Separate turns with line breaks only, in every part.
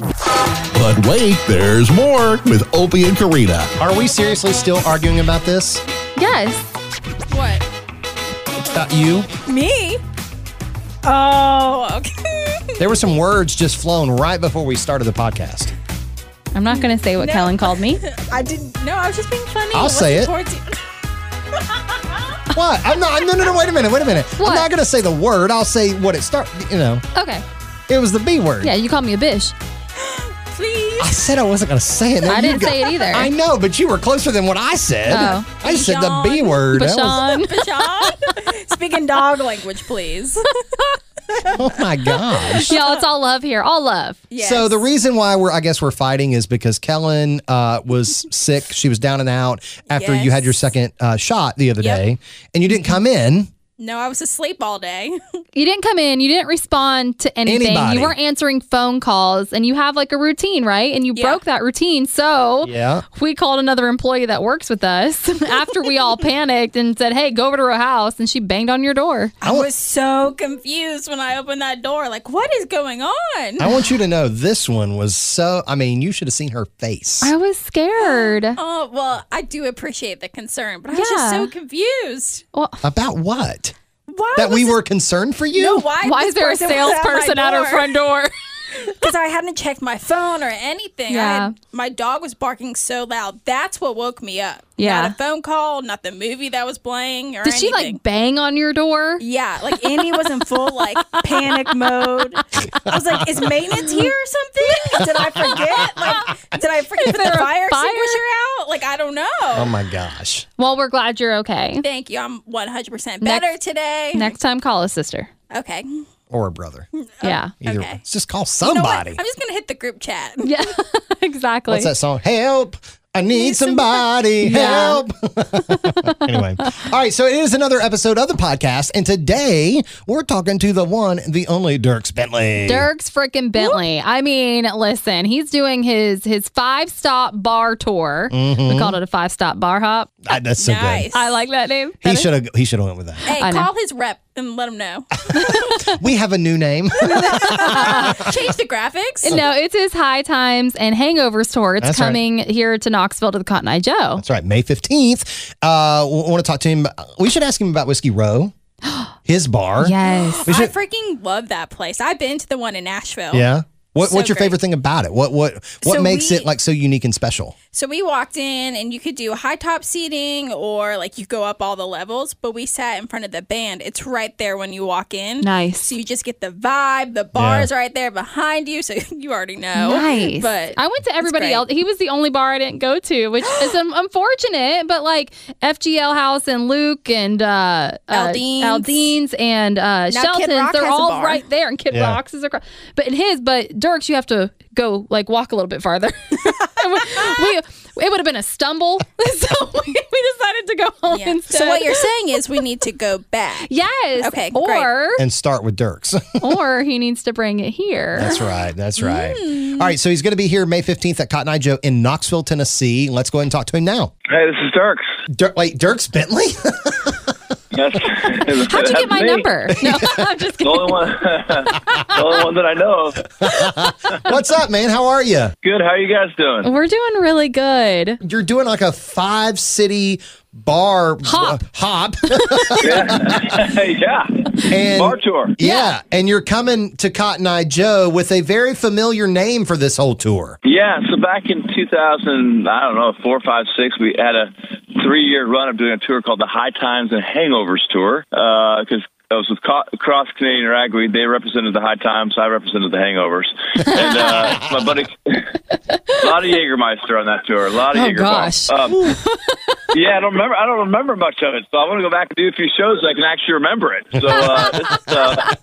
But wait, there's more with Opie and Karina.
Are we seriously still arguing about this?
Yes.
What?
About you?
Me? Oh, okay.
There were some words just flown right before we started the podcast.
I'm not going to say what
No.
Kellen called me.
I didn't. No, I was just being funny.
I'll
It
say
wasn't towards you.
What? I'm not. No, no, no. Wait a minute. Wait a minute. I'm
What?
not gonna say the word. I'll say what it start. You know,
Okay.
it was the B word.
Yeah, you called me a bitch.
I
Please.
said I wasn't gonna say it. No,
I
you
didn't
got-
say it either.
I know, but you were closer than what I said.
Oh.
I said the
Bashan.
B word. That was-
Bashan.
Sean, speak in dog language, please.
oh my gosh.
Y'all, it's all love here. All love.
Yes.
So the reason why we're, I guess, we're fighting is because Kellen uh, was sick. She was down and out after you had your
Yes.
second uh, shot the other
Yep.
day, and you didn't come in.
no, I was asleep all day.
You didn't come in. You didn't respond to anything.
Anybody.
You weren't answering phone calls, and you have like a routine, right? And you
Yeah.
broke that routine. So
Yeah.
we called another employee that works with us after we all panicked and said, "Hey, go over to her house," and she banged on your door.
I was so confused when I opened that door. Like, what is going on?
I want you to know this one was so. I mean, you should have seen her face.
I was scared.
Oh, well, I do appreciate the concern, but I was just
Yeah.
so confused.
About what?
Why
That
was
we
this-
were concerned for you?
No, why?
Why is there a salesperson at her front door?
Because I hadn't checked my phone or anything. I
Yeah.
had, my dog was barking so loud. That's what woke me up.
Yeah.
Not a phone call, not the movie that was playing or
Did
anything.
she like bang on your door?
Yeah, like Andy was in full like panic mode. I was like, "Is maintenance here or something? Did I forget? Like, did I forget to put the fire,
fire?
extinguisher out? Like, I don't know."
Oh my gosh.
Well, we're glad you're okay.
Thank you. I'm 100 percent better today.
Next time, call a sister.
Okay. You
Or a brother.
Yeah.
Either
Okay.
way. Let's just call
know what?
somebody.
I'm just gonna hit the group chat.
Yeah, exactly.
What's that song? Help. I need somebody. Help. anyway. All right. So it is another episode of the podcast. And today we're talking to the one, the only Dirks Bentley.
Dirk's freaking Bentley. I mean, listen, he's doing his his five stop bar tour.
Mm-hmm.
We called it a five stop bar hop.
Ah, that's so
Nice.
good.
I like that name.
He should have he should have went with that.
Hey,
I know.
call his rep and let him know.
We have a new name.
Change the graphics.
No, it's his High Times and Hangovers tour. It's
That's right.
coming here to Knoxville to the Cotton Eye Joe.
That's right, May 15th. Uh we want to talk to him. We should ask him about Whiskey Row, his bar.
Yes.
We
I
should-
freaking love that place. I've been to the one in Nashville.
Yeah. What,
So
what's your
great.
favorite thing about it? What what what
So
makes it
we-
like so unique and special?
So we walked in, and you could do high top seating or like you go up all the levels, but we sat in front of the band. It's right there when you walk in.
Nice.
So you just get the vibe. The bar is right there behind you. So you already know.
Nice.
But
I went to everybody
great.
else. He was the only bar I didn't go to, which is un- unfortunate. But like FGL House and Luke and uh, uh,
Aldean's.
Aldean's and uh,
Kid
Shelton's,
Rock
they're
has a
all
bar.
right there. And Kid
Yeah.
Rocks is across. But in his, but Dirk's, you have to go like walk a little bit farther. we, it would have been a stumble, so we, we decided to go home
Yeah.
instead.
So what you're saying is we need to go back.
yes.
Okay, great.
Or
And start with Dirks.
or he needs to bring it here.
That's right. That's right. Mm. All right. So he's going to be here May 15th at Cotton Eye Joe in Knoxville, Tennessee. Let's go ahead and talk to him now.
Hey, this is Dirks.
Dirk, wait, Dirks Bentley?
That's,
How'd you
that's
get my
me.
number? No, I'm just
The
kidding.
only one, the only one that I know of.
What's up, man? How are you?
Good. How are you guys doing?
We're doing really good.
You're doing like a five city bar
Hop.
uh, hop.
yeah.
and,
Bar tour.
Yeah. And you're coming to Cotton Eye Joe with a very familiar name for this whole tour.
Yeah. So back in 2000, I don't know, four, five, six, we had a three-year run of doing a tour called the High Times and Hangovers Tour because. I was with Co- Cross Canadian Ragweed. They represented the High Times. I represented the Hangovers. And uh, my buddy, a lot of Jägermeister on that tour. A lot of
Oh, gosh.
Jägermeister. Um, yeah, I don't remember. I don't remember much of it, so I want to go back and do a few shows so I can actually remember it. So uh, this is uh,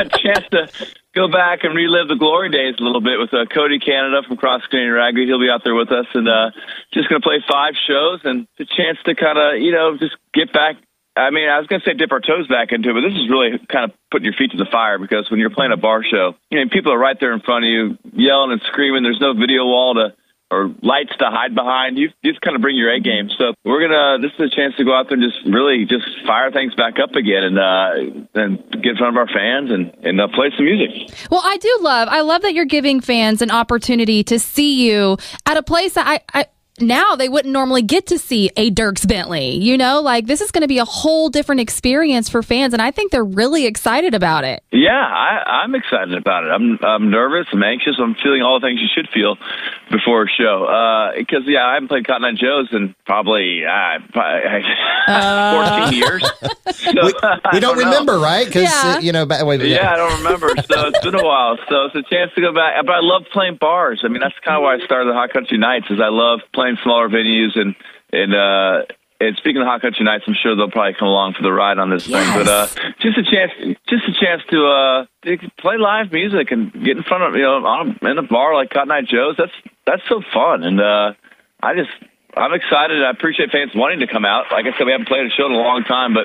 a chance to go back and relive the glory days a little bit with uh, Cody Canada from Cross Canadian Rugby. He'll be out there with us, and uh, just going to play five shows and it's a chance to kind of you know just get back. I mean, I was going to say dip our toes back into it, but this is really kind of putting your feet to the fire because when you're playing a bar show, you know, people are right there in front of you, yelling and screaming. There's no video wall to or lights to hide behind. You you just kind of bring your A game. So we're gonna. This is a chance to go out there and just really just fire things back up again and uh, and get in front of our fans and and uh, play some music.
Well, I do love. I love that you're giving fans an opportunity to see you at a place that I. I now they wouldn't normally get to see a Dirks Bentley. You know, like this is going to be a whole different experience for fans, and I think they're really excited about it.
Yeah, I, I'm excited about it. I'm I'm nervous. I'm anxious. I'm feeling all the things you should feel before a show. Because yeah, I haven't played Cotton Eye Joe's in probably, uh, probably 14 years. So,
Uh. We, we
I
don't
know.
remember, right? Because
Yeah.
you know, ba- wait,
Yeah. I don't remember. So it's been a while. So it's a chance to go back. But I love playing bars. I mean, that's kind of why I started the Hot Country Nights. Is I love playing smaller venues and and uh, and speaking of Hot Country Nights, I'm sure they'll probably come along for the ride on this
Yes.
thing. But uh, just a chance, just a chance to uh, to play live music and get in front of you know on, in a bar like Cotton Eye Joe's. That's that's so fun. And uh, I just. I'm excited. I appreciate fans wanting to come out. Like I said, we haven't played a show in a long time, but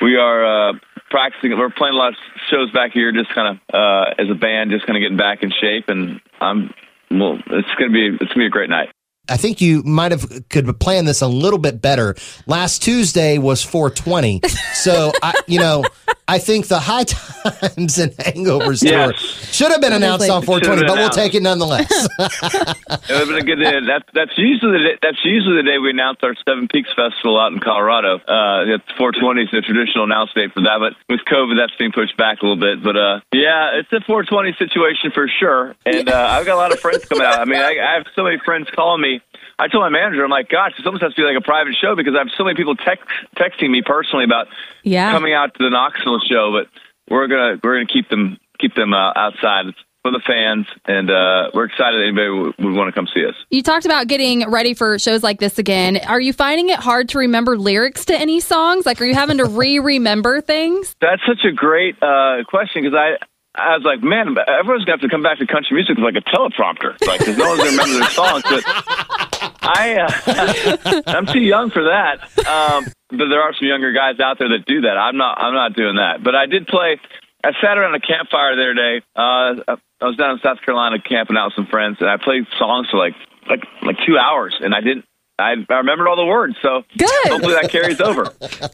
we are uh, practicing. We're playing a lot of shows back here, just kind of uh, as a band, just kind of getting back in shape. And I'm well. It's gonna be it's gonna be a great night.
I think you might have could plan this a little bit better. Last Tuesday was 420, so I, you know, I think the high times and hangovers tour
Yes.
should have been announced on
It
420,
been
but we'll
announced.
take it nonetheless.
It would have been a good day. That, that's usually the day, that's usually the day we announce our Seven Peaks Festival out in Colorado. Uh, it's 420 is the traditional announce date for that, but with COVID, that's being pushed back a little bit. But uh, yeah, it's a 420 situation for sure. And uh, I've got a lot of friends coming out. I mean, I, I have so many friends calling me. I told my manager, I'm like, gosh, this almost has to be like a private show because I have so many people text, texting me personally about
Yeah.
coming out to the Knoxville show, but we're gonna we're gonna keep them keep them uh, outside for the fans, and uh, we're excited that anybody would, would want to come see us.
You talked about getting ready for shows like this again. Are you finding it hard to remember lyrics to any songs? Like, are you having to re-remember things?
That's such a great uh, question because I. I was like, man, everyone's gonna have to come back to country music with like a teleprompter, like 'cause no one's gonna remember their songs. But I, uh, I'm too young for that. Um, but there are some younger guys out there that do that. I'm not. I'm not doing that. But I did play. I sat around a campfire the other day. Uh, I was down in South Carolina camping out with some friends, and I played songs for like like like two hours, and I didn't. I, I remembered all the words, so
Good,
hopefully that carries over.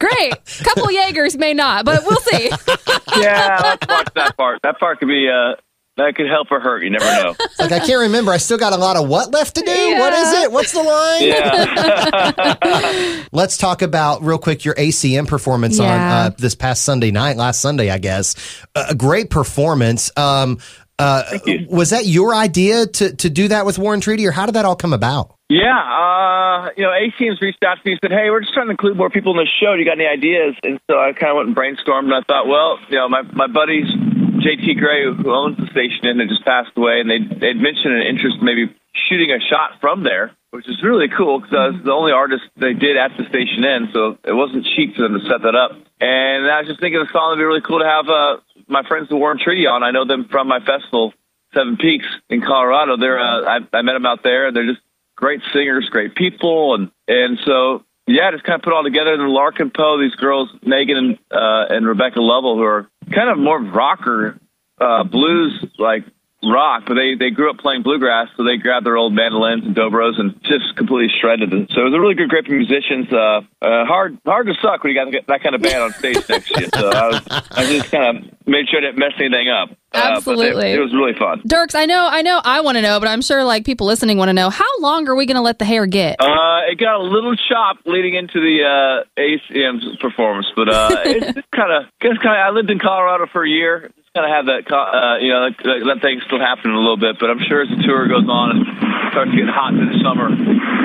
great. Couple Jaegers may not, but we'll see.
yeah, let's watch that part. That part could be uh that could help or hurt. You never know.
like I can't remember. I still got a lot of what left to do. What is
Yeah.
it? What's the line?
Yeah,
Let's talk about real quick your ACM performance on
Yeah.
uh, this past Sunday night, last Sunday, I guess. A a great performance. Um, uh,
you.
was that your idea to to do that with Warren Treaty, or how did that all come about?
yeah. Uh, you know, ACM's reached out to me and said, "Hey, we're just trying to include more people in the show. Do you got any ideas?" And so I kind of went and brainstormed, and I thought, well, you know, my my buddies JT Gray, who owns the station, and had just passed away, and they they'd mentioned an interest in maybe shooting a shot from there. Which is really cool because I was the only artist they did at the station in, so it wasn't cheap for them to set that up. And I was just thinking the song would be really cool to have uh, my friends, the Warren Treaty, on. I know them from my festival Seven Peaks in Colorado. They're uh, I, I met them out there. They're just great singers, great people, and and so yeah, just kind of put it all together. And then Larkin Poe, these girls, Megan and uh, and Rebecca Lovell, who are kind of more rocker uh, blues like rock, but they they grew up playing bluegrass, so they grabbed their old mandolins and dobros and just completely shredded them. So it was a really good group of musicians. Uh, uh, hard hard to suck when you got that kind of band on stage next to you. So I, was, I just kind of made sure I didn't mess anything up. Uh, but they-
Absolutely.
it was really fun.
Dirks, I know, I know, I want to know, but I'm sure like people listening want to know how long are we going to let the hair get?
Uh, it got a little chop leading into the uh, ACM's performance, but uh, it's kind of, kind of. I lived in Colorado for a year. Just kind of have that, co- uh, you know, that, that thing still happening a little bit. But I'm sure as the tour goes on and starts getting hot in the summer,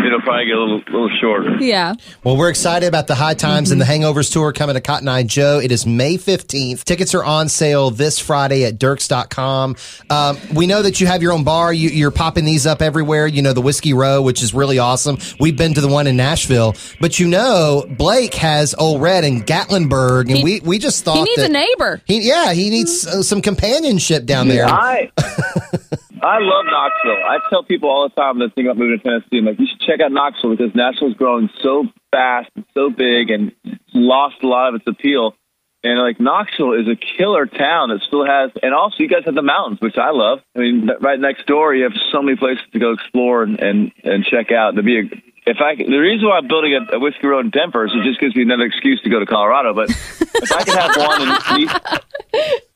it'll probably get a little, little shorter.
yeah.
Well, we're excited about the High Times and the
Mm-hmm.
Hangovers tour coming to Cotton Eye Joe. It is May 15th. Tickets are on sale this Friday at dirks.com. Um, we know that you have your own bar. You, you're popping these up everywhere. You know, the Whiskey Row, which is really awesome. We've been to the one in Nashville. But you know, Blake has Old Red in Gatlinburg, and
He-
we, we just thought
He needs
that-
a neighbor.
He, yeah, he needs uh, some companionship down there.
I I love Knoxville. I tell people all the time that think about moving to Tennessee. I'm like, you should check out Knoxville because Nashville's growing so fast and so big and lost a lot of its appeal. And like Knoxville is a killer town that still has, and also you guys have the mountains, which I love. I mean, right next door, you have so many places to go explore and and, and check out. To be a, if I could- the reason why I'm building a, a whiskey road in Denver is it just gives me another excuse to go to Colorado. But if I could have one in East,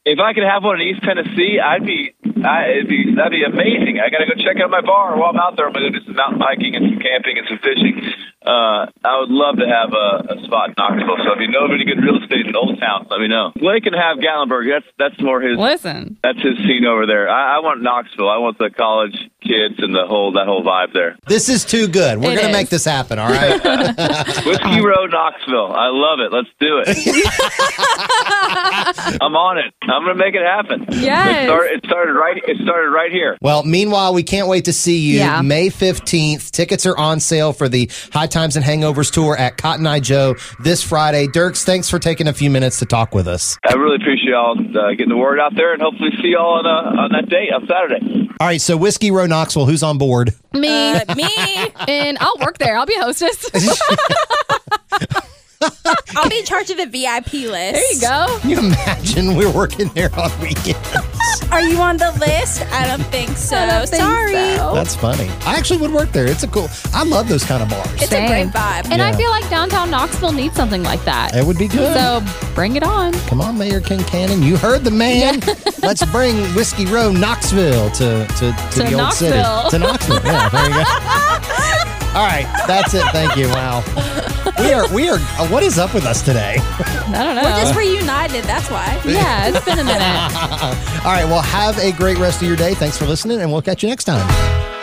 if I could have one in East Tennessee, I'd be, I, it'd be that'd be amazing. I gotta go check out my bar while I'm out there. I'm gonna do some mountain biking and some camping and some fishing. Uh, I would love to have a, a spot in Knoxville. So if you know of any good real estate in Old Town, let me know. Blake can have Gallenberg. That's that's more his.
Listen.
That's his scene over there. I, I want Knoxville. I want the college kids and the whole that whole vibe there.
This is too good. We're
It
going to
is.
make this happen, all right?
Whiskey Road, Knoxville. I love it. Let's do it. I'm on it. I'm gonna make it happen.
Yes.
It, start, it started right. It started right here.
well, meanwhile, we can't wait to see you
Yeah.
May 15th. Tickets are on sale for the High Times and Hangovers tour at Cotton Eye Joe this Friday. Dirks, thanks for taking a few minutes to talk with us.
I really appreciate y'all uh, getting the word out there, and hopefully see y'all on uh, on that day on Saturday.
All right, so Whiskey Row Knoxville, who's on board?
Me.
Uh, me.
and I'll work there. I'll be a hostess. there
I'll be in charge of the VIP list. There
you go.
Can you imagine we're working there on weekend?
Are you on the list? I don't think so.
I don't think
Sorry.
so.
That's funny. I actually would work there. It's a cool. I love those kind of bars.
It's a
Same.
great vibe.
And I
Yeah.
feel like downtown Knoxville needs something like that.
It would be good.
So bring it on.
Come on, Mayor King Cannon. You heard the man. Let's bring Whiskey Row Knoxville to, to, to, the old city.
Knoxville.
To Knoxville. Yeah, there you go. All right. That's it. Thank you. Wow. We are, we are, uh, what is up with us today?
I don't know.
We're just reunited. That's why.
yeah, it's been a minute.
All right. Well, have a great rest of your day. Thanks for listening, and we'll catch you next time.